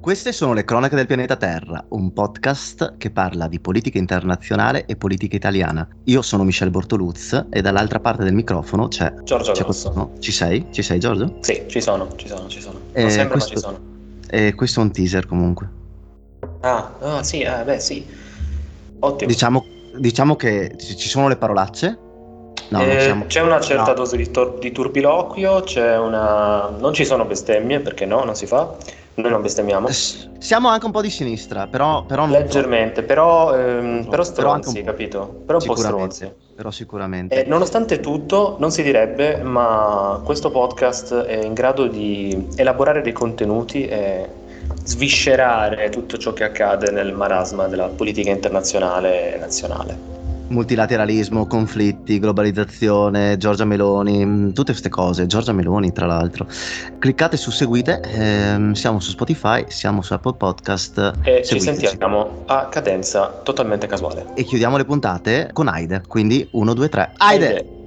Queste sono le cronache del pianeta Terra, un podcast che parla di politica internazionale e politica italiana. Io sono Michel Bortoluz e dall'altra parte del microfono c'è... Giorgio c'è Grosso. qualcuno? Ci sei? Ci sei Giorgio? Sì, ci sono, ci sono, ci sono. Non Eh, sembra, questo- ma ci sono. E questo è un teaser comunque. Ah, ah, sì, eh, beh, sì. Ottimo. Diciamo, diciamo che ci ci sono le parolacce? No, non Eh, siamo... C'è una certa no. dose di, tor- di turpiloquio, c'è una... non ci sono bestemmie, perché no, non si fa. Noi non bestemmiamo. S- Siamo anche un po' di sinistra, però... però non Leggermente, però, ehm, Però anche però stronzi, un po'. capito? Però un po' Sicuramente. stronzi. Però sicuramente. Eh, nonostante tutto, non si direbbe, ma questo podcast è in grado di elaborare dei contenuti e sviscerare tutto ciò che accade nel marasma della politica internazionale e nazionale. Multilateralismo, conflitti, globalizzazione, Giorgia Meloni, mh, tutte queste cose. Giorgia Meloni, tra l'altro. Cliccate su seguite, ehm, siamo su Spotify, siamo su Apple Podcast. E ci seguiteci. sentiamo a cadenza totalmente casuale. E chiudiamo le puntate con Aide. Quindi 1, 2, 3. Aide! Aide.